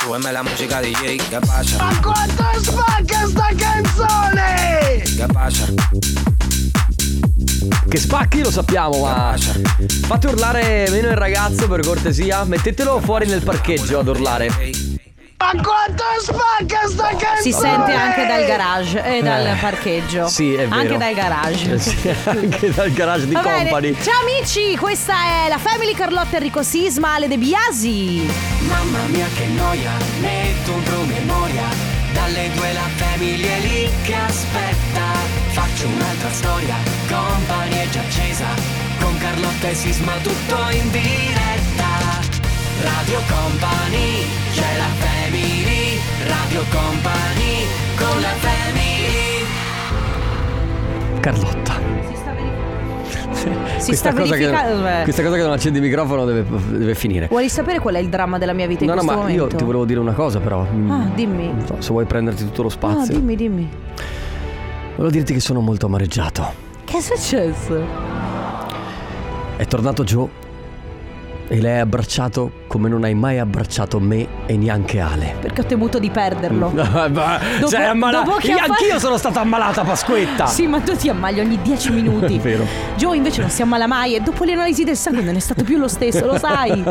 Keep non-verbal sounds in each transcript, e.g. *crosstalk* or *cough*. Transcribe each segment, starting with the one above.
Súbeme la música DJ, ¿qué pasa? Ma quanto è spacca sta canzone! ¿Qué pasa? Che spacchi lo sappiamo, ma. Fate urlare meno il ragazzo per cortesia. Mettetelo fuori nel parcheggio ad urlare. Ma quanto è spacca sta canzone! Si sente anche dal garage e dal parcheggio. Eh. Sì, è vero. Anche dal garage. Eh *laughs* sì, anche dal garage di Va bene. Company. Ciao amici, questa è la Family Carlotta Enrico Sisma, Ale De Biasi. Mamma mia che noia, metto un promemoria Dalle due la famiglia è lì che aspetta Faccio un'altra storia, company è già accesa Con Carlotta e Sisma tutto in diretta Radio Company, c'è la family Radio Company, con la family Carlotta. Si Questa sta cosa, verificando. che, eh. questa cosa che non accendi il microfono deve, deve finire. Vuoi sapere qual è il dramma della mia vita No, in no, ma questo momento? io ti volevo dire una cosa, però. Mm, Ah, dimmi. non so, se vuoi prenderti tutto lo Ah, spazio. dimmi, dimmi. Volevo dirti che sono molto amareggiato. Che è successo? È tornato Joe e l'hai abbracciato come non hai mai abbracciato me e neanche *laughs* Ale. Perché ho temuto di perderlo. Mm. Dopo, Dopo- dopo che ha fatto- Anch'io sono stata ammalata, Pasquetta. Sì, ma tu ti ammali ogni 10 minuti. Ah. *laughs* È vero. Joe invece non si ammala mai e dopo le analisi del sangue non è stato più lo stesso, lo sai.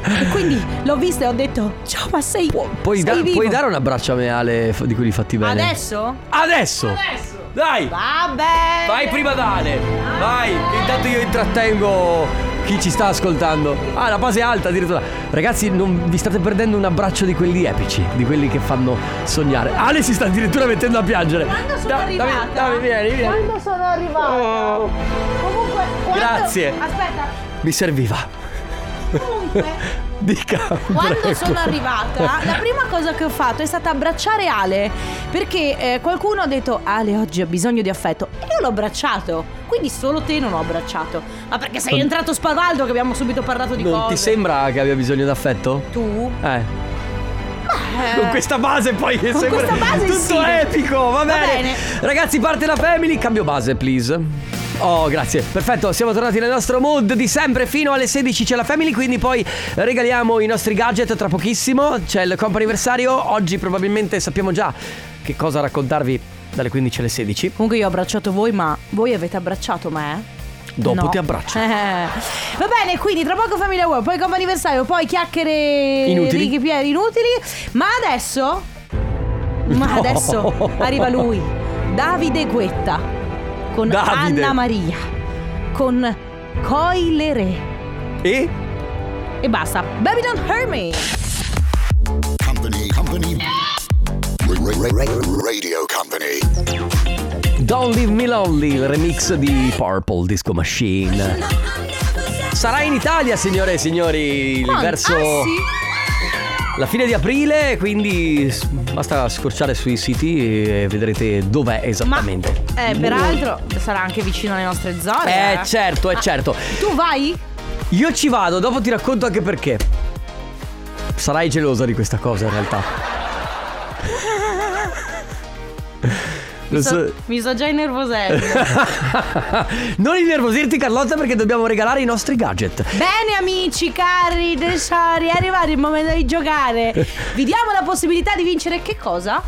*laughs* E quindi l'ho vista e ho detto, ciao, ma sei... Pu- puoi, sei da- vivo?" puoi dare un abbraccio a me, Ale, f- di quelli fatti bene? Adesso? Adesso! Dai! Vabbè. Vai prima da Ale! Vai! che Intanto io intrattengo chi ci sta ascoltando. Ah, la base è alta addirittura. Ragazzi, non vi state perdendo un abbraccio di quelli epici, di quelli che fanno sognare. Ale si sta addirittura mettendo a piangere. Quando sono Da- arrivata? Dammi, dammi, vieni, vieni. Quando sono arrivata? Oh, Comunque, quando... Grazie. Aspetta, mi serviva. *laughs* comunque... Dica. Quando prego. sono arrivata, la prima cosa che ho fatto è stata abbracciare Ale. Perché eh, qualcuno ha detto: Ale oggi ha bisogno di affetto. E io l'ho abbracciato. Quindi solo te non ho abbracciato. Ma perché sei entrato spavaldo che abbiamo subito parlato di Non cose. ti sembra che abbia bisogno d'affetto? Tu? Eh. Con questa base poi è Con sempre questa base tutto sì. epico, va Va bene. bene. Ragazzi, parte la family, cambio base, please. Oh, grazie. Perfetto, siamo tornati nel nostro mood di sempre fino alle 16 c'è la family, quindi poi regaliamo i nostri gadget tra pochissimo. C'è il comp anniversario, oggi probabilmente sappiamo già che cosa raccontarvi dalle 15 alle 16. Comunque io ho abbracciato voi, ma voi avete abbracciato me? Dopo No. ti abbraccio. Eh. *laughs* Va bene, quindi tra poco Famiglia World, poi compa anniversario, poi chiacchiere Inutili. righe pie- inutili. Ma *laughs* adesso. Ma No. adesso arriva lui, Davide Guetta, con Davide. Anna Maria, con Coile Re. E E basta. Babylon Hermit. Company, company. Ra- ra- ra- Radio company. Don't Leave Me Lonely, il remix di Purple Disco Machine. Sarà in Italia, signore e signori, Quando- verso Ah, sì? la fine di aprile, quindi s- basta scorciare sui siti e vedrete dov'è Ma, esattamente. eh, peraltro sarà anche vicino alle nostre zone. Eh certo, Ah. eh certo. Tu vai? Io ci vado, dopo ti racconto anche perché. Sarai gelosa di questa cosa in *laughs* realtà. Lo so- Mi sto già innervosendo. non innervosirti Carlotta perché dobbiamo regalare i nostri gadget. Bene amici, cari, tesori, è arrivato il momento di giocare. Vi diamo la possibilità di vincere che cosa?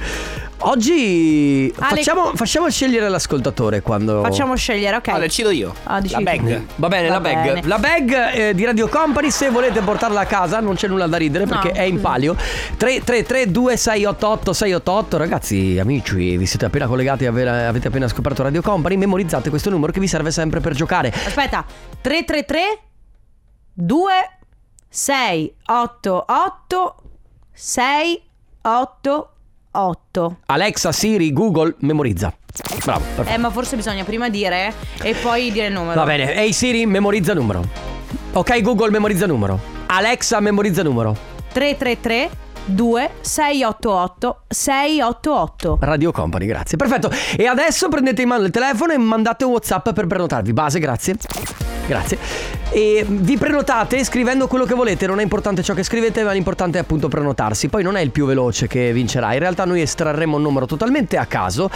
Oggi Ale- facciamo, facciamo scegliere l'ascoltatore quando... Facciamo scegliere, ok? decido io Ah, dici tu. Va bene, Va la bag. bene. La bag eh, di Radio Company, se volete portarla a casa, non c'è nulla da ridere No. perché è in palio. 333 2688 688 Ragazzi, amici, vi siete appena collegati, ave- avete appena scoperto Radio Company, memorizzate questo numero che vi serve sempre per giocare. Aspetta, 333 2 6 8 8 6 8 8. Alexa, Siri, Google, memorizza. Bravo, perfetto. Eh, ma forse bisogna prima dire e poi dire il numero. Va bene, ehi Siri, memorizza numero. Ok Google, memorizza numero. Alexa, memorizza numero. 333 2 688 688. Radio Company, grazie. Perfetto. E adesso prendete in mano il telefono e mandate un WhatsApp per prenotarvi. Base, grazie. Grazie. E vi prenotate scrivendo quello che volete, non è importante ciò che scrivete, ma l'importante è appunto prenotarsi. Poi non è il più veloce che vincerà, in realtà noi estrarremo un numero totalmente a caso.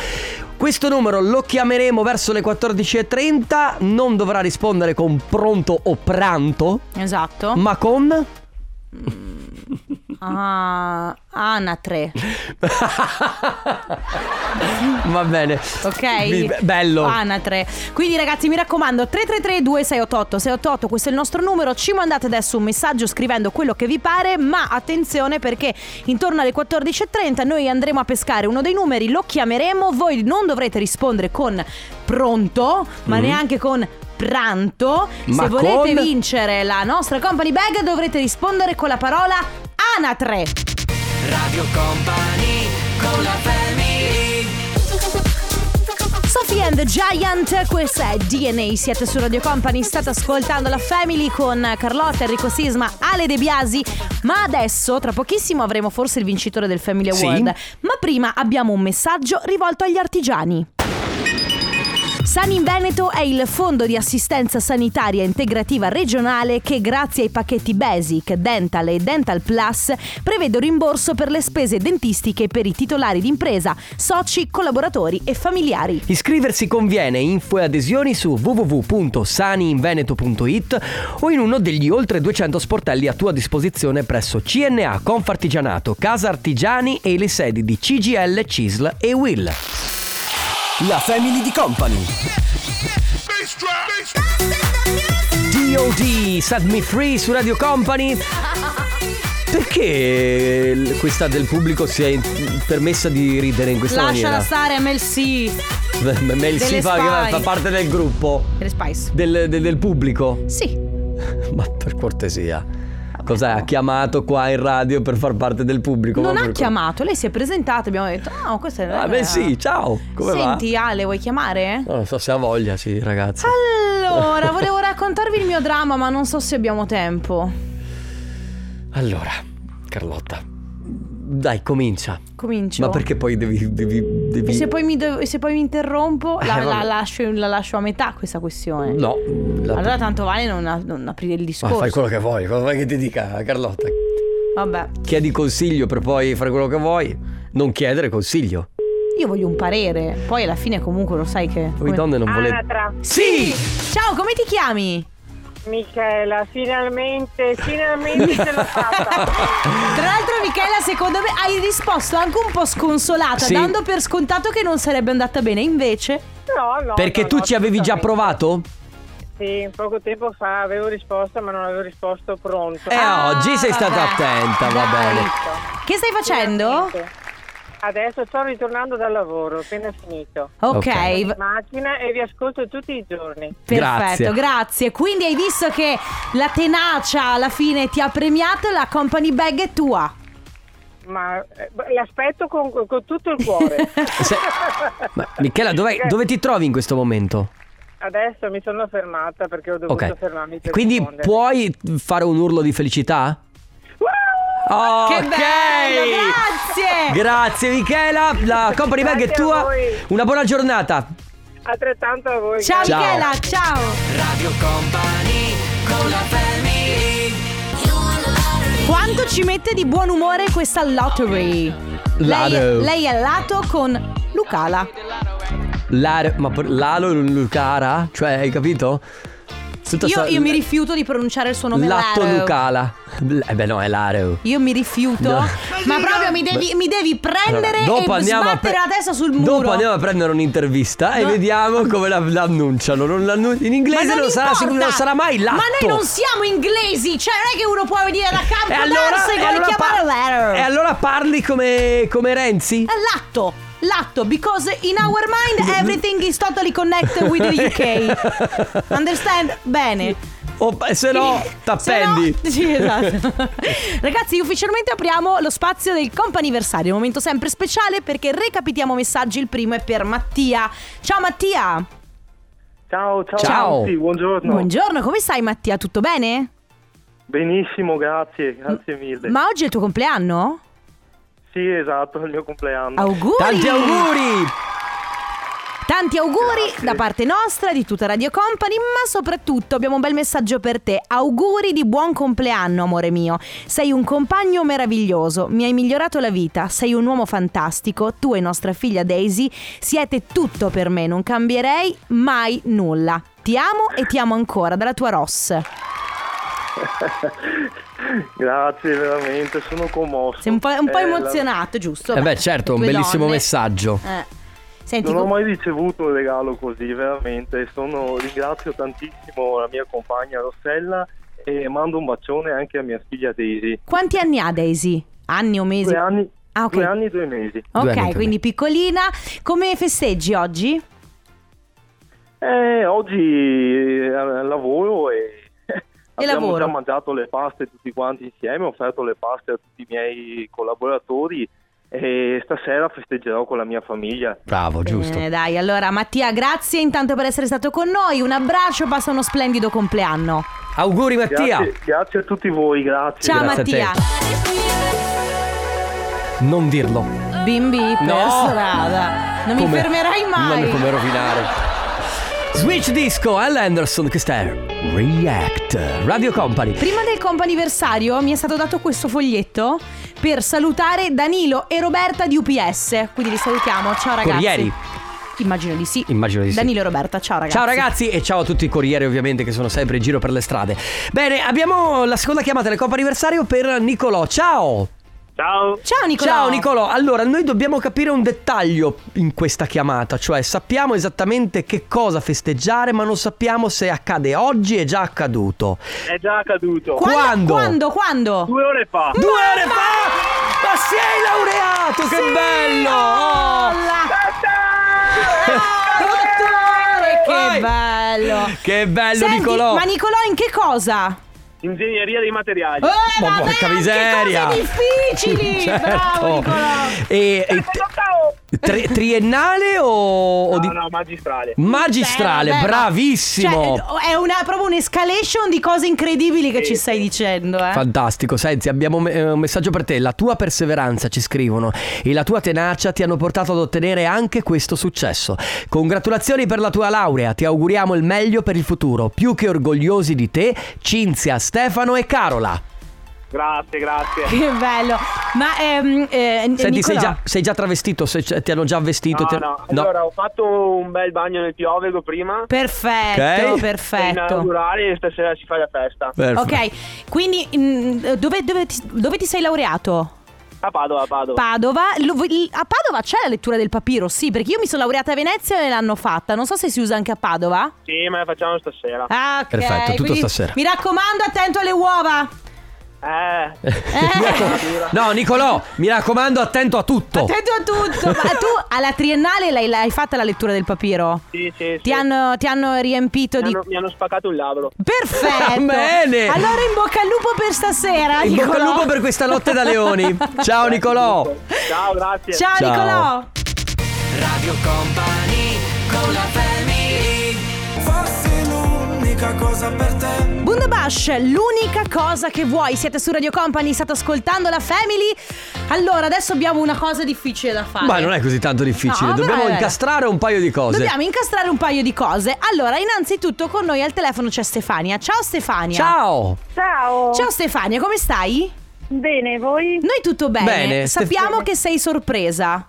Questo numero lo chiameremo verso le 14.30, non dovrà rispondere con pronto o pranto, Esatto. ma con... *laughs* Ah, anatre. Va bene. Ok? Mi- be- Bello. Anatre. Quindi ragazzi mi raccomando 333 2688 688 questo è il nostro numero, ci mandate adesso un messaggio scrivendo quello che vi pare, ma attenzione perché intorno alle 14.30 noi andremo a pescare uno dei numeri, lo chiameremo, voi non dovrete rispondere con pronto, ma neanche con... Pranto, Mm-hmm. Ma se volete con? vincere la nostra company bag dovrete rispondere con la parola anatre. Radio Company con la family Sophie and the Giant, questa è DNA, siete su Radio Company, state ascoltando la Family con Carlotta, Enrico Sisma, Ale De Biasi, ma adesso tra pochissimo avremo forse il vincitore del Family Sì. Award, ma prima abbiamo un messaggio rivolto agli artigiani. San in Veneto è il fondo di assistenza sanitaria integrativa regionale che grazie ai pacchetti Basic, Dental e Dental Plus prevede un rimborso per le spese dentistiche per i titolari d'impresa, soci, collaboratori e familiari. Iscriversi conviene info e adesioni su www.saniinveneto.it o in uno degli oltre 200 sportelli a tua disposizione presso CNA, Confartigianato, Casa Artigiani e le sedi di CGL, CISL e WILL. La Family di Company. DOD, Set Me Free su Radio Company. Perché l- questa del pubblico si è in- permessa di ridere in questa Lasciala maniera? stare MLC M- Mel Delle C fa, spy. fa parte del gruppo, delle Spice. del- del- del pubblico. Sì. Ma per cortesia. Cos'è? Ha chiamato qua in radio per far parte del pubblico? Non Ma ha per- chiamato, lei si è presentata, abbiamo detto "No, questa è Ah, beh, sì, ciao. Come Senti, Ale, vuoi chiamare? va? Non lo so se ha voglia, sì, ragazzi. Allora, *laughs* volevo raccontarvi il mio dramma, ma non so se abbiamo tempo. Allora, Carlotta. Dai, comincia. Comincio. Ma perché poi devi. devi, devi- E se poi mi, do- e se poi mi interrompo, la, Eh, la vabbè. lascio, la lascio a metà questa questione. No. la- Allora tanto vale non, a- non aprire il Ma discorso. fai quello che vuoi, cosa vuoi che ti dica Carlotta? Vabbè, Chiedi consiglio per poi fare quello che vuoi. Non chiedere consiglio. io voglio un parere. Poi alla fine comunque lo sai che... Voi come- Ah, donne non volete. Anatra, Sì! Ciao, come ti chiami? Michela, finalmente, finalmente ce *laughs* l'ho fatta. Tra l'altro Michela secondo me hai risposto anche un po' sconsolata Sì. Dando per scontato che non sarebbe andata bene Invece No, no. Perché no, tu no, ci avevi già assolutamente. provato? Sì, poco tempo fa avevo risposto, ma non avevo risposto pronto. Eh, oggi sei stata vabbè. attenta, va Dai. bene. Che stai facendo? Finalmente. Adesso sto ritornando dal lavoro, appena finito. Ok, Ok. In va- macchina e vi ascolto tutti i giorni. Grazie. perfetto, grazie. Quindi hai visto che la tenacia alla fine ti ha premiato La company bag è tua Ma eh, l'aspetto con, con tutto il cuore. Se- *laughs* Ma Michela, dov'è- dove ti trovi in questo momento? Adesso mi sono fermata perché ho dovuto Ok. fermarmi per Quindi rispondere. puoi fare un urlo di felicità? Ah, Che Ok! bello, grazie Grazie Michela, la company bag è Grazie a tua. voi. Una buona giornata. Altrettanto a voi. Ciao, Ciao. Michela, ciao Radio Company con la family Quanto ci mette di buon umore questa lottery? Lotto. Lei, lei è lato con Lucala Lar- ma per- Lalo Lucara? Cioè, hai capito? Tutta Io, sta- io mi rifiuto di pronunciare il suo nome Latto Laro. Lucala. Eh beh no, è Lareo. Io mi rifiuto. No. Ma proprio mi devi, mi devi prendere Allora, e sbattere pre- la testa sul muro. Dopo andiamo a prendere un'intervista e No. vediamo come la, la annunciano. Non l'annu- in Ma inglese non, sarà, importa. sicuro- non sarà mai latto. Ma noi non siamo inglesi. Cioè, non è che uno può venire da campo E allora, e e, vuole allora par- chiamare letter. e allora parli come, come Renzi? È latto. Latto, because in our mind everything is totally connected with the UK. Understand? Bene. O se no, t'appendi. Se no- *laughs* Sì, esatto. Ragazzi, ufficialmente apriamo lo spazio del comp'anniversario, un momento sempre speciale perché recapitiamo messaggi. Il primo è per Mattia. Ciao Mattia. Ciao, ciao, Ciao. a tutti, buongiorno. Buongiorno, come stai Mattia? Tutto bene? Benissimo, grazie, grazie mille. Ma oggi è il tuo compleanno? Sì, esatto, è il mio compleanno. Auguri! Tanti auguri! Tanti auguri Grazie. da parte nostra, di tutta Radio Company, ma soprattutto abbiamo un bel messaggio per te. Auguri di buon compleanno, amore mio. Sei un compagno meraviglioso, mi hai migliorato la vita, sei un uomo fantastico, tu e nostra figlia Daisy siete tutto per me, non cambierei mai nulla. Ti amo e ti amo ancora dalla tua Ross. Grazie, veramente, sono commosso. Sei un po', un po' Eh, la- emozionato, giusto? Eh beh, certo, un Due bellissimo donne. messaggio. Eh. Senti, Non ho com- mai ricevuto un regalo così, veramente. Sono, ringrazio tantissimo la mia compagna Rossella e mando un bacione anche a mia figlia Daisy. quanti anni ha Daisy? Anni o mesi? Due anni, Ah, ok. due anni e due mesi. Due anni, Ok, tre quindi piccolina. Come festeggi oggi? Eh, oggi eh, lavoro e, *laughs* abbiamo lavoro. già mangiato le paste tutti quanti insieme, ho offerto le paste a tutti i miei collaboratori e stasera festeggerò con la mia famiglia. Bravo, giusto. Bene, Eh, dai, allora Mattia, grazie intanto per essere stato con noi. Un abbraccio, passa uno splendido compleanno. Auguri Mattia. Grazie, grazie a tutti voi, grazie. Ciao Grazie a te. Mattia. Non dirlo. Bimbi per No. strada. Non mi Come- fermerai mai. Non come rovinare. Switch Disco, Al Anderson, questa è React, Radio Company. Prima del comp'anniversario mi è stato dato questo foglietto per salutare Danilo e Roberta di UPS. Quindi li salutiamo. Ciao ragazzi. Corrieri. Immagino di sì. Immagino di sì. Danilo e Roberta, ciao ragazzi. Ciao ragazzi e ciao a tutti i corrieri ovviamente che sono sempre in giro per le strade. Bene, abbiamo la seconda chiamata del Coppa Anniversario per Nicolò. Ciao! Ciao. Ciao Nicolò. Ciao Nicolò, allora noi dobbiamo capire un dettaglio in questa chiamata, cioè sappiamo esattamente che cosa festeggiare ma non sappiamo se accade oggi, è già accaduto. È già accaduto. Quando? Quando? Quando? Due ore fa. Due ore fa! Ma sei laureato, che bello! Oh! Olla. Dottore, Oh, eh, Vai! che bello. Oh, Che bello Senti, Nicolò! Ma Nicolò in che cosa? Ingegneria dei materiali. Eh, Ma vabbè, porca anche miseria! Cose difficili! Bravo *laughs* Certo. Nicolò! E, e oh! t- tre- triennale o, o di- magistrale. magistrale? Beh, vabbè, ma- bravissimo! Cioè, è una, proprio un'escalation di cose incredibili che ci stai dicendo, eh. Fantastico, senti, abbiamo me- eh, un messaggio per te. La tua perseveranza, ci scrivono, e la tua tenacia ti hanno portato ad ottenere anche questo successo. Congratulazioni per la tua laurea, ti auguriamo il meglio per il futuro. Più che orgogliosi di te, Cinzia, Stefano e Carola. Grazie, grazie. *laughs* Che bello! Ma ehm, eh, Senti, sei Nicolò, già, sei già travestito? Se- cioè, ti hanno già vestito? ti- ho fatto un bel bagno nel piovego prima. Perfetto, Ok. perfetto. e stasera ci fai la festa. Perfetto. Ok, quindi mm, dove, dove ti, dove ti sei laureato? A Padova, a Padova. Padova. Lo- il- a Padova c'è la lettura del papiro, sì, perché io mi sono laureata a Venezia e l'hanno fatta. Non so se si usa anche a Padova. sì, ma la facciamo stasera. Ah, ok. Perfetto, tutto quindi stasera. Mi raccomando, attento alle uova. Eh, Eh. No, Nicolò, mi raccomando, attento a tutto. *laughs* Attento a tutto. Ma tu alla triennale l'hai, l'hai fatta la lettura del papiro? sì, sì. Ti, hanno, ti hanno riempito di. spaccato il labbro. *laughs* Perfetto. Bene. Allora in bocca al lupo per stasera. In bocca al Nicolò. lupo per questa notte da *laughs* leoni. Ciao Nicolò. Ciao, grazie. Ciao, Ciao. Nicolò. Radio Company con la Bundabash, l'unica cosa che vuoi. Siete su Radio Company, state ascoltando la Family. Allora, adesso abbiamo una cosa difficile da fare. Ma non è così tanto difficile, No, dobbiamo vabbè. incastrare un paio di cose. Dobbiamo incastrare un paio di cose. Allora, innanzitutto con noi al telefono c'è Stefania. Ciao Stefania. Ciao. Ciao. Ciao Stefania, come stai? Bene, voi? Noi tutto bene. Bene, Stef- Sappiamo che sei sorpresa.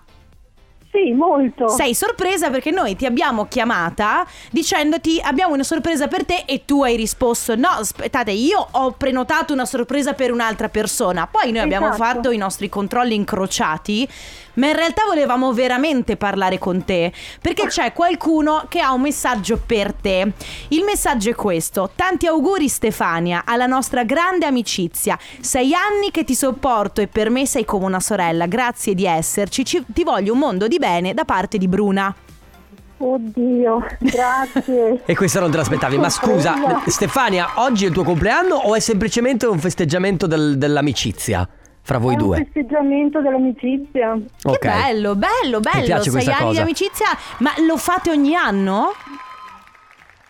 Sì, molto. Sei sorpresa perché noi ti abbiamo chiamata dicendoti abbiamo una sorpresa per te e tu hai risposto no, aspettate, io ho prenotato una sorpresa per un'altra persona. Poi noi abbiamo Esatto. fatto i nostri controlli incrociati, ma in realtà volevamo veramente parlare con te perché c'è qualcuno che ha un messaggio per te. Il messaggio è questo: tanti auguri Stefania alla nostra grande amicizia. Sei anni che ti sopporto e per me sei come una sorella. Grazie di esserci. Ci- ti voglio un mondo di bene da parte di Bruna. Oddio, *laughs* grazie. E questa non te l'aspettavi, ma scusa, Sorpresa. Stefania, oggi è il tuo compleanno o è semplicemente un festeggiamento del- dell'amicizia fra voi È un due? festeggiamento dell'amicizia. Eh, Che Ok. bello, bello, bello. piace Sei questa anni di cosa. amicizia, ma lo fate ogni anno?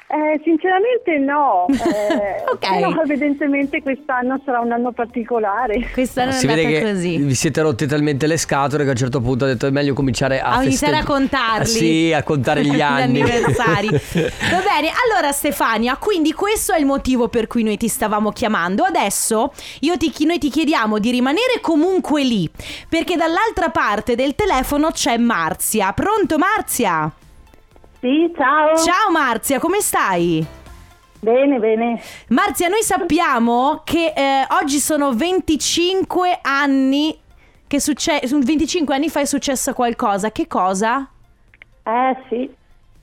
Eh, sinceramente no. Eh, *laughs* Ok. però evidentemente quest'anno sarà un anno particolare. Questa non è Si vede andata che così. vi siete rotti talmente le scatole che a un certo punto ha detto è meglio cominciare a, A iniziare Ah, a festeggi- contarli. Sì, a contare *laughs* gli anni. *laughs* anniversari. Va bene, allora Stefania, quindi questo è il motivo per cui noi ti stavamo chiamando. Adesso io ti chi- noi ti chiediamo di rimanere comunque lì, perché dall'altra parte del telefono c'è Marzia. Pronto Marzia? Sì, ciao. Ciao Marzia, come stai? Bene, bene. Marzia, noi sappiamo che eh, oggi sono 25 anni che succe- su- 25 anni fa è successo qualcosa. Che cosa? Eh sì.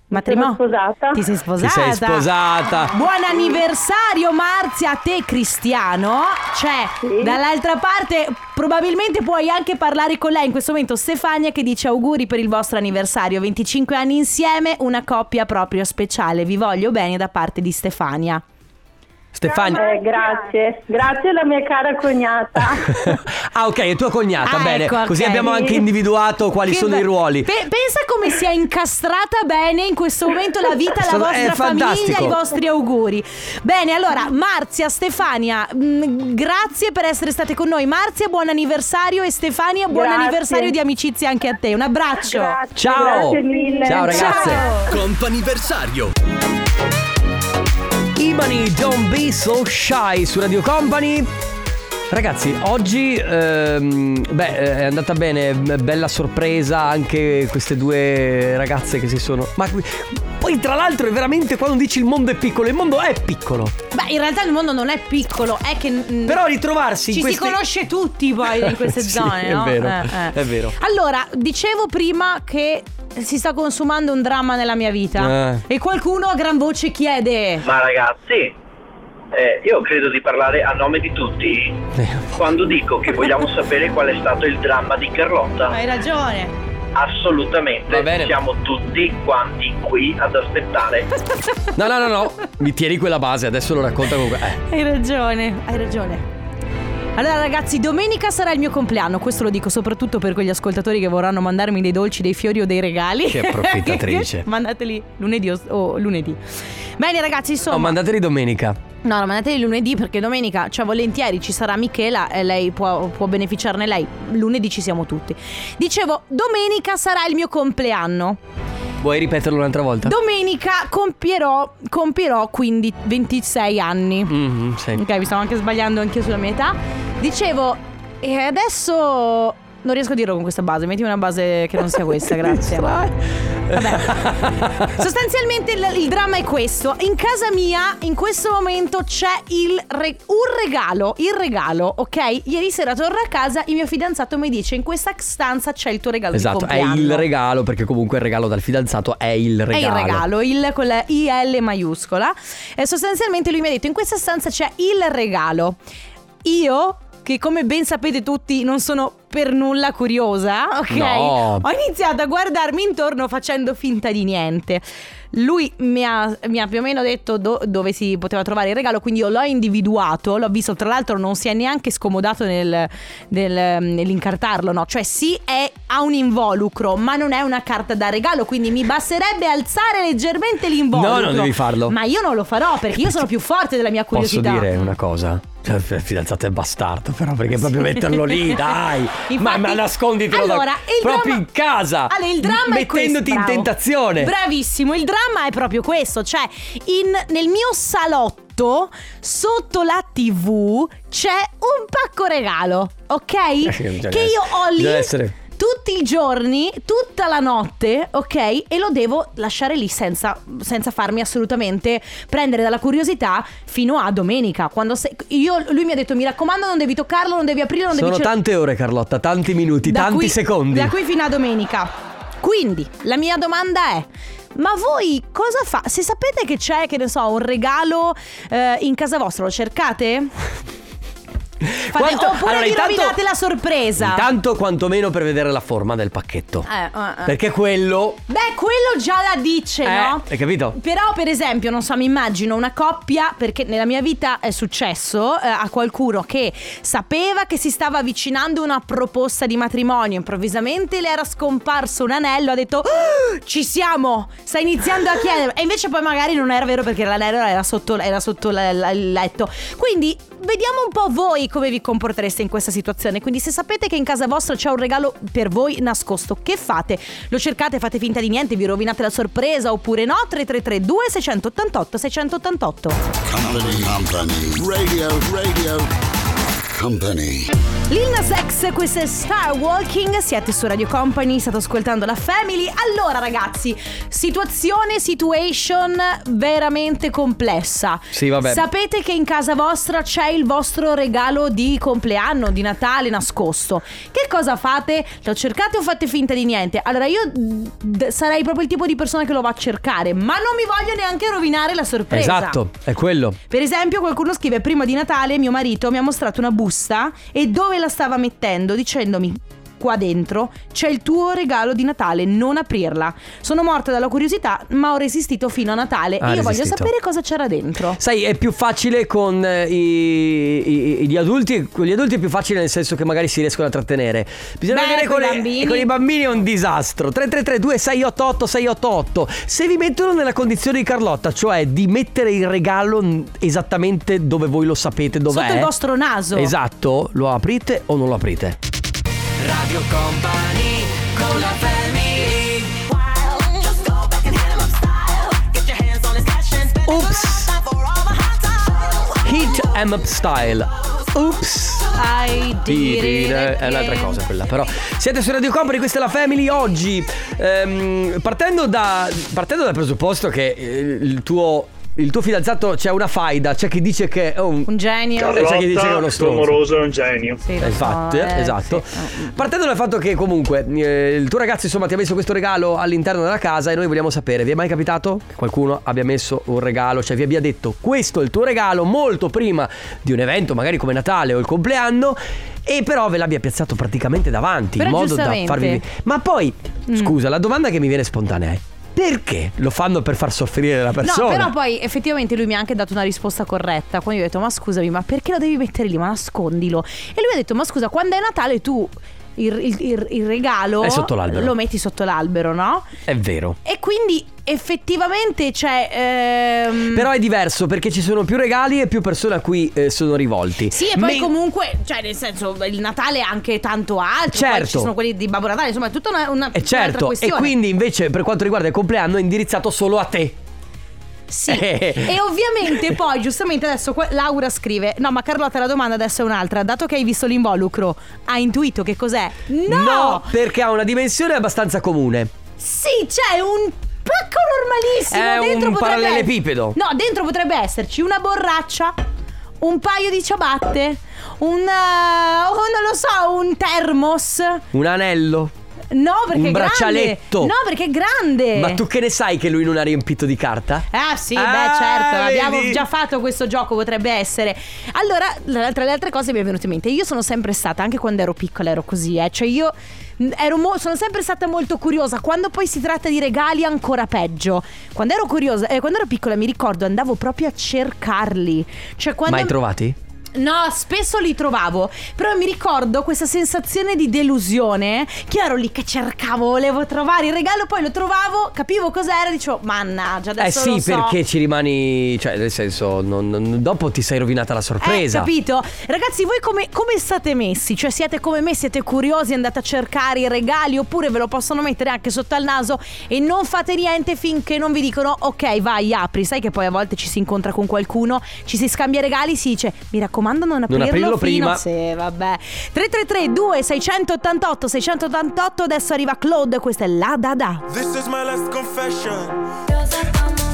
Matrimonio. Sono sposata. Ti sei Ti sposata. Ah. sei sposata. Buon anniversario Marzia, a te Cristiano. Cioè, Sì. dall'altra parte probabilmente puoi anche parlare con lei in questo momento Stefania che dice auguri per il vostro anniversario, 25 anni insieme, una coppia proprio speciale. Vi voglio bene da parte di Stefania. Stefania. *laughs* Eh, grazie, grazie alla mia cara cognata. ah, ok, è tua cognata. Ah, bene. ecco, ok. Così abbiamo anche individuato quali Che sono be- i ruoli. Pe- pensa come sia incastrata bene in questo momento la vita, la Sono- è vostra famiglia, fantastico. i vostri auguri. Bene, allora Marzia, Stefania, mh, grazie per essere state con noi. Marzia, buon anniversario e Stefania, buon Grazie. anniversario di amicizia anche a te. Un abbraccio. Grazie, Ciao. Grazie mille. Ciao, ragazze. Ciao. Comp'anniversario Imani, don't be so shy su Radio Company. Ragazzi, oggi ehm, beh, è andata bene, be- bella sorpresa anche queste due ragazze che si sono. Ma qui- poi, tra l'altro, è veramente quando dici il mondo è piccolo, il mondo è piccolo. Beh, in realtà il mondo non è piccolo, è che mh, Però ritrovarsi in ci queste- si conosce tutti poi in *laughs* queste Sì, zone, è no? vero, Eh, eh. è vero. Allora, dicevo prima che si sta consumando un dramma nella mia Eh. vita e qualcuno a gran voce chiede Ma ragazzi, eh, io credo di parlare a nome di tutti quando dico che vogliamo sapere qual è stato il dramma di Carlotta. Hai ragione. Assolutamente, siamo tutti quanti qui ad aspettare. No, no, no, no. Mi tieni quella base, adesso lo racconta comunque. Eh. *laughs* Hai ragione, hai ragione. Allora ragazzi, domenica sarà il mio compleanno, questo lo dico soprattutto per quegli ascoltatori che vorranno mandarmi dei dolci, dei fiori o dei regali. Che approfittatrice. *laughs* Mandateli lunedì o o lunedì. Bene ragazzi, No, insomma... mandateli domenica. No, no, mandateli lunedì perché domenica, cioè volentieri ci sarà Michela e lei può, può beneficiarne lei. Lunedì ci siamo tutti. Dicevo, domenica sarà il mio compleanno. Vuoi ripeterlo un'altra volta? Domenica compierò, compierò quindi 26 anni. Mhm, sì. Ok, mi stavo anche sbagliando anche io sulla mia età. Dicevo, e adesso non riesco a dirlo con questa base, metti una base che non *laughs* sia questa, grazie. Sostanzialmente il, il dramma è questo. In casa mia, in questo momento, c'è il re- un regalo. Il regalo, ok? Ieri sera torno a casa, il mio fidanzato mi dice: In questa stanza c'è il tuo regalo. Esatto, di è compleanno." il regalo perché comunque il regalo dal fidanzato è il regalo. È il regalo, il, con la IL maiuscola. E sostanzialmente lui mi ha detto: in questa stanza c'è il regalo. Io, che come ben sapete tutti, non sono per nulla curiosa, ok? No. Ho iniziato a guardarmi intorno facendo finta di niente. Lui mi ha, mi ha più o meno detto do- dove si poteva trovare il regalo, quindi io l'ho individuato, l'ho visto, tra l'altro non si è neanche scomodato nel, nel- mm, nell'incartarlo, no? Cioè sì, è, ha un involucro, ma non è una carta da regalo, quindi mi basterebbe alzare leggermente l'involucro. No, non devi farlo. Ma io non lo farò perché io sono più forte della mia Posso curiosità. dire una cosa? Cioè, Il fidanzato è bastardo, però perché proprio metterlo *laughs* lì, dai. ma, Infatti- ma nasconditelo da- allora, il proprio dramma- in casa. Allora, il dramma è questo, mettendoti in bravo. tentazione. Bravissimo, il dramma è proprio questo, cioè in- nel mio salotto sotto la TV c'è un pacco regalo, ok? bisogna che io ho essere- lì bisogna essere- tutti i giorni, tutta la notte, ok? E lo devo lasciare lì senza, senza farmi assolutamente prendere dalla curiosità fino a domenica. Quando se- io- lui mi ha detto: Mi raccomando, non devi toccarlo, non devi aprirlo, non Sono devi cer- tante ore, Carlotta, tanti minuti, da tanti qui- secondi. Da qui fino a domenica. Quindi, la mia domanda è. Ma voi cosa fa? Se sapete che c'è, che ne so, un regalo eh, in casa vostra, lo cercate? Fate- Quanto- Oppure allora, vi intanto- rovinate la sorpresa? Intanto quantomeno per vedere la forma del pacchetto. Eh, eh, eh. Perché quello... Beh, quello già la dice, Eh, no? hai capito? Però, per esempio, non so, mi immagino una coppia, perché nella mia vita è successo eh, a qualcuno che sapeva che si stava avvicinando una proposta di matrimonio, improvvisamente le era scomparso un anello, ha detto "Ah, ci siamo, sta iniziando a chiedere. E invece poi magari non era vero perché l'anello era sotto, era sotto la- la- il letto. Quindi vediamo un po' voi come vi comportereste in questa situazione. Quindi se sapete che in casa vostra c'è un regalo per voi nascosto, che fate? Lo cercate, fate finta di niente, vi rovinate la sorpresa oppure no? 333 2688 688. Company. Company. Radio. Radio. Company. Lil Nas X, questo è Star Walking, siete su Radio Company, state ascoltando la Family. Allora ragazzi, situazione, situation veramente complessa. Sì, vabbè. Sapete che in casa vostra c'è il vostro regalo di compleanno, di Natale nascosto. Che cosa fate? Lo cercate o fate finta di niente? Allora io d- sarei proprio il tipo di persona che lo va a cercare, ma non mi voglio neanche rovinare la sorpresa. Esatto, è quello. Per esempio, qualcuno scrive: Prima di Natale mio marito mi ha mostrato una busta e dove la stava mettendo, dicendomi. Qua dentro c'è il tuo regalo di Natale, non aprirla. Sono morta dalla curiosità, ma ho resistito fino a Natale Ah, e io voglio resistito. sapere cosa c'era dentro. Sai, è più facile con eh, i- i- i- gli adulti. Con gli adulti è più facile nel senso che magari si riescono a trattenere. Bisogna Beh, vedere coi con, le- bambini. con i bambini è un disastro. 3332 688 688. Se vi mettono nella condizione di Carlotta, cioè di mettere il regalo n- esattamente dove voi lo sapete dov'è. Sotto il vostro naso. Esatto, lo aprite o non lo aprite? Radio Company con la family. Oops. Hit em up style. Oops. I did it È un'altra again. cosa quella, però. Siete su Radio Company, questa è la Family oggi. Ehm, partendo, da, partendo dal presupposto che eh, il tuo, il tuo fidanzato c'è una faida, c'è chi dice che è un, Un genio. e c'è chi dice che è uno stronzo. è un genio. Sì, lo Eh, Infatti, so, eh, esatto. Partendo dal fatto che comunque eh, il tuo ragazzo insomma ti ha messo questo regalo all'interno della casa e noi vogliamo sapere, vi è mai capitato che qualcuno abbia messo un regalo, cioè vi abbia detto questo è il tuo regalo molto prima di un evento, magari come Natale o il compleanno, e però ve l'abbia piazzato praticamente davanti, Però in modo da giustamente. farvi... Ma poi, Mm. scusa, la domanda che mi viene spontanea è perché lo fanno per far soffrire la persona? No, però poi effettivamente lui mi ha anche dato una risposta corretta. Quindi io ho detto: Ma scusami, ma perché lo devi mettere lì? Ma nascondilo. E lui ha detto: Ma scusa, quando è Natale tu il, il- il- il regalo È sotto l'albero. lo metti sotto l'albero, no? È vero. E quindi effettivamente c'è. ehm, Però è diverso perché ci sono più regali e più persone a cui eh, sono rivolti. Sì, e poi Me- comunque, cioè, nel senso, il Natale è anche tanto altro. Certo. Poi ci sono quelli di Babbo Natale, insomma, è tutta una, una E un'altra certo, e questione. quindi invece per quanto riguarda il compleanno è indirizzato solo a te. *laughs* Sì. Eh. E ovviamente poi, giustamente adesso qua- Laura scrive: No, ma Carlotta, la domanda adesso è un'altra. Dato che hai visto l'involucro, hai intuito che cos'è? No! No, perché ha una dimensione abbastanza comune. Sì, c'è un pacco normalissimo. È dentro Eh, un potrebbe- parallelepipedo. No, dentro potrebbe esserci una borraccia, un paio di ciabatte, un. eh, oh, non lo so, un thermos. Un anello. No, perché Un è grande. braccialetto. No, perché è grande. Ma tu che ne sai che lui non ha riempito di carta? Ah sì, Ah, beh certo, abbiamo vedi? già fatto questo gioco, potrebbe essere. Allora, tra tra le altre cose mi è venuta in mente, io sono sempre stata, anche quando ero piccola ero così, eh, cioè io mh, ero mo- sono sempre stata molto curiosa, quando poi si tratta di regali ancora peggio. Quando ero curiosa, eh, quando ero piccola mi ricordo andavo proprio a cercarli. Cioè quando... Mai trovati? No, spesso li trovavo, però mi ricordo questa sensazione di delusione che ero lì che cercavo, volevo trovare il regalo, poi lo trovavo, capivo cos'era e dicevo, mannaggia, Eh adesso sì, lo so. perché ci rimani. Cioè, nel senso, non- non- dopo ti sei rovinata la Eh, sorpresa. capito? Ragazzi, voi come, come state messi? Cioè, siete come me? Siete curiosi? Andate a cercare i regali oppure ve lo possono mettere anche sotto al naso e non fate niente finché non vi dicono ok, vai, apri. Sai che poi a volte ci si incontra con qualcuno, ci si scambia i regali, si dice mi raccomando non aprirlo, aprirlo prima." fino... Sì, vabbè. 333 2688 688 adesso arriva Claude, questa è la da da. This is my last confession.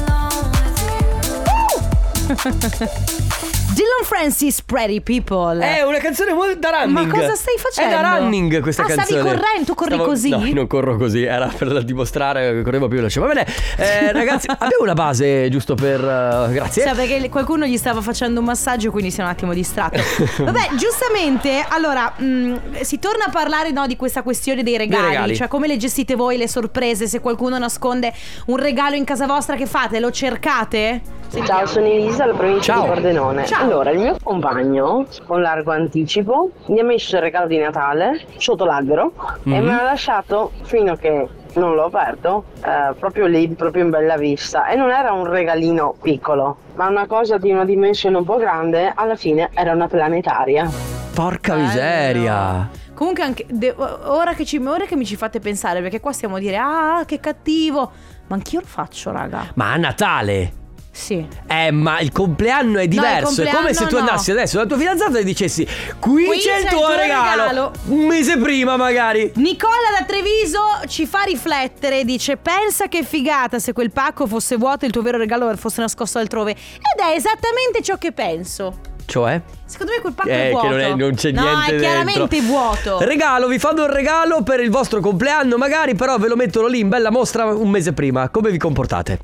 Dylan Francis, Pretty People. È Eh, una canzone molto da running. Eh. Ma cosa stai facendo? È da running questa ah, canzone. stavi correndo, tu corri Stavo- così. No, io non corro così, era per dimostrare che correvo più veloce. Va bene, *laughs* eh, ragazzi, abbiamo una base giusto per. eh, grazie. Sì, Cioè, perché qualcuno gli stava facendo un massaggio, quindi si è un attimo *laughs* distratto. Vabbè, giustamente, allora, mh, si torna a parlare no, di questa questione dei regali, Dei regali. Cioè, come le gestite voi le sorprese? Se qualcuno nasconde un regalo in casa vostra, che fate? Lo cercate? Ciao, sono Elisa, la provincia Ciao. di Pordenone. Ciao. Eh, Allora, il mio compagno, con largo anticipo, mi ha messo il regalo di Natale sotto l'albero e Mhm. me l'ha lasciato fino a che non l'ho aperto, eh, proprio lì, proprio in bella vista. E non era un regalino piccolo, ma una cosa di una dimensione un po' grande, alla fine era una planetaria. Porca miseria. Comunque, anche de- ora, che ci- ora che mi ci fate pensare, perché qua stiamo a dire, ah, che cattivo. Ma anch'io lo faccio, raga. Ma a Natale. Sì. Eh, ma il compleanno è diverso. è come se tu compleanno no. andassi adesso dal tuo fidanzato e dicessi: Qui, Qui c'è il tuo, regalo. Un mese prima, magari. Nicola da Treviso ci fa riflettere, dice pensa che figata se quel pacco fosse vuoto e il tuo vero regalo fosse nascosto altrove. Ed è esattamente ciò che penso. Cioè? Secondo me quel pacco Eh, è vuoto. che non, è- non c'è no, niente è chiaramente dentro. vuoto. Regalo, vi fanno un regalo per il vostro compleanno, magari, però ve lo mettono lì in bella mostra un mese prima. Come vi comportate?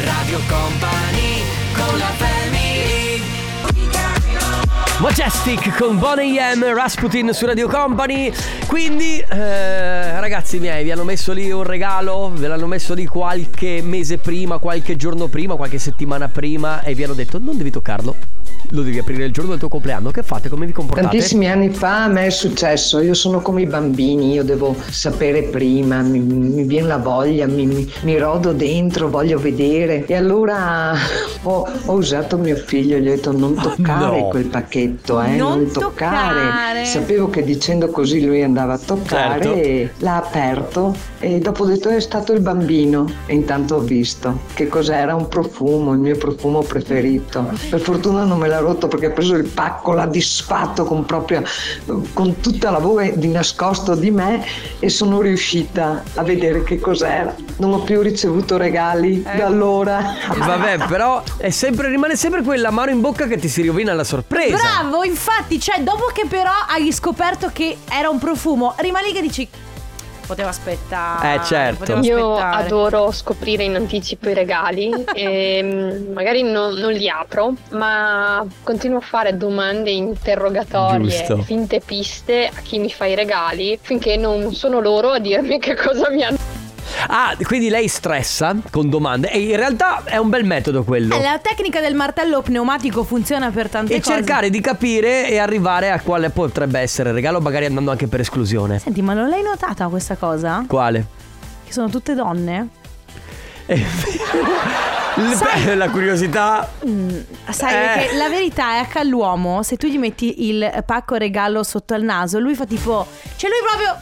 Radio Company con la family Majestic con Bonnie M, Rasputin su Radio Company. Quindi, eh, ragazzi miei, vi hanno messo lì un regalo, ve l'hanno messo lì qualche mese prima, qualche giorno prima, qualche settimana prima e vi hanno detto non devi toccarlo. Lo devi aprire il giorno del tuo compleanno. Che fate? Come vi comportate? Tantissimi anni fa a me è successo, io sono come i bambini, io devo sapere prima, mi, mi viene la voglia, mi, mi- mi rodo dentro, voglio vedere. E allora *laughs* ho, ho usato mio figlio, gli ho detto non toccare no. quel pacchetto, eh, Non non, toccare. toccare. Sapevo che dicendo così lui andava a toccare, Certo. e l'ha aperto e dopo ho detto è stato il bambino e intanto ho visto che cos'era, un profumo, il mio profumo preferito. Per fortuna non me l'ha rotto perché ha preso il pacco, l'ha disfatto con, propria, con tutta la voce di nascosto di me e sono riuscita a vedere che cos'era. Non ho più ricevuto regali da allora. Vabbè, però è sempre, rimane sempre quell'amaro in bocca che ti si rovina la sorpresa. Bravo, infatti, cioè, dopo che però hai scoperto che era un profumo, rimani che dici. Potevo aspettare. Eh, certo. potevo Io aspettare." adoro scoprire in anticipo i regali, e mm, magari non, non li apro, ma continuo a fare domande interrogatorie, Giusto. finte piste a chi mi fa i regali, finché non sono loro a dirmi che cosa mi hanno. Ah, quindi lei stressa con domande. E in realtà è un bel metodo quello. Eh, La tecnica del martello pneumatico funziona per tante E cose. cercare di capire e arrivare a quale potrebbe essere il regalo, magari andando anche per esclusione. Senti, ma non l'hai notata questa cosa? Quale? *laughs* Che sono tutte donne? Il- La curiosità. Mm, sai, Eh. perché la verità è che all'uomo, se tu gli metti il pacco regalo sotto al naso, lui fa tipo. Cioè, lui proprio.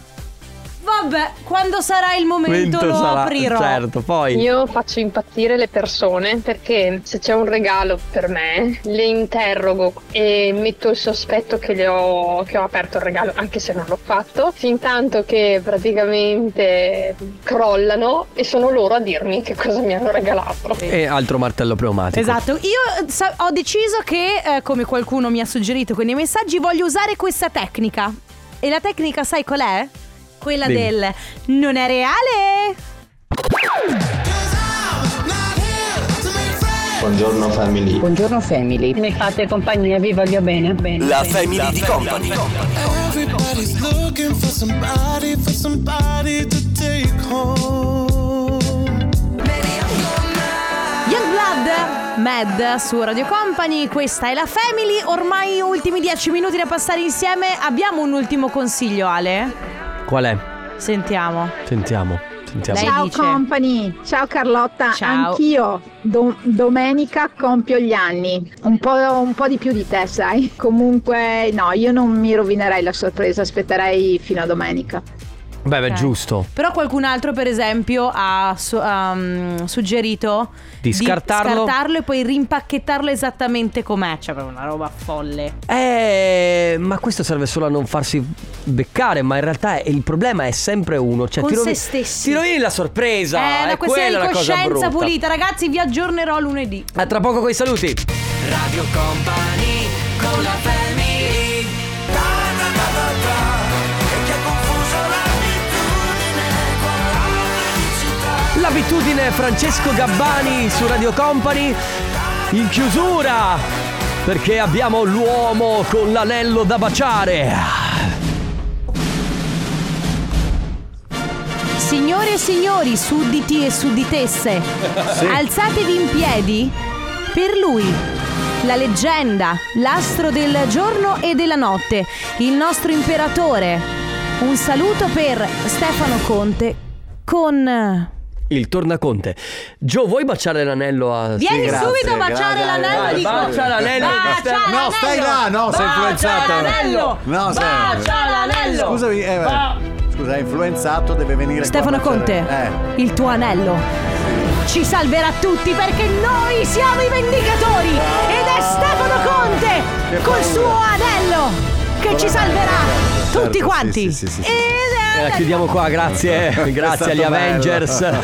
Vabbè, quando sarà il momento Momento lo sarà, aprirò. certo, poi- Io faccio impazzire le persone perché se c'è un regalo per me le interrogo e metto il sospetto che, le ho, che ho aperto il regalo anche se non l'ho fatto, fin tanto che praticamente crollano e sono loro a dirmi che cosa mi hanno regalato. E altro martello pneumatico. Esatto, io eh, sa- ho deciso che, eh, come qualcuno mi ha suggerito con i messaggi, voglio usare questa tecnica. E la tecnica, sai qual è? Quella Dimmi. del non è reale. Buongiorno family. Buongiorno family. Mi fate compagnia, vi voglio bene. bene. La family di company. Everybody's looking for somebody, for somebody to take home. Youngblood, Mad su Radio Company, questa è la Family, ormai ultimi 10 minuti da passare insieme, abbiamo un ultimo consiglio Ale, Qual è? sentiamo. Sentiamo, sentiamo. Ciao company, ciao Carlotta, anch'io do- domenica compio gli anni, un po', un po' di più di te sai, comunque no, io non mi rovinerei la sorpresa, aspetterei fino a domenica. Beh, beh, giusto. Però qualcun altro per esempio ha su- ha, mm, suggerito Di scartarlo? scartarlo e poi rimpacchettarlo esattamente com'è, cioè proprio una roba folle. Cioè, Eh, ma questo serve solo a non farsi beccare, ma in realtà è- il problema è sempre uno. Cioè, Con ti se rovini, stessi. ti rovini la sorpresa. è una è questione quella di la cosa brutta. coscienza pulita, ragazzi vi aggiornerò lunedì. A tra poco coi saluti. Radio Company con la family L'abitudine Francesco Gabbani su Radio Company in chiusura perché abbiamo l'uomo con l'anello da baciare. Signore e signori, sudditi e sudditesse, Sì. alzatevi in piedi per lui. La leggenda, l'astro del giorno e della notte, il nostro imperatore. Un saluto per Stefano Conte con... Il tornaconte. Gio, vuoi baciare l'anello a Vieni Sì, grazie, subito a baciare grazie, l'anello grazie. di- Bacia l'anello di Bacia Stefano. l'anello. No, stai là, no, sei Bacia influenzata. l'anello. No, sei- Bacia l'anello. Scusami, eh, Ba- scusa, è influenzato, deve venire. qua Stefano a baciare- Conte, Eh. il tuo anello. ci salverà tutti perché noi siamo i vendicatori ed è Stefano Conte col suo anello che ci salverà tutti quanti. Ed è- Eh, chiudiamo *laughs* qua, grazie, grazie stato *laughs* agli Avengers. bello.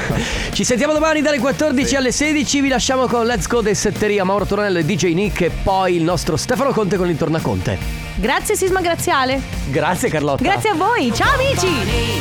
Ci sentiamo domani dalle 14 alle 16. Vi lasciamo con Let's Go dei Setteria, Mauro Tornello e DJ Nick. E poi il nostro Stefano Conte con l'intornaconte. Grazie Sisma Graziale. Grazie, Carlotta. Grazie a voi. Ciao amici.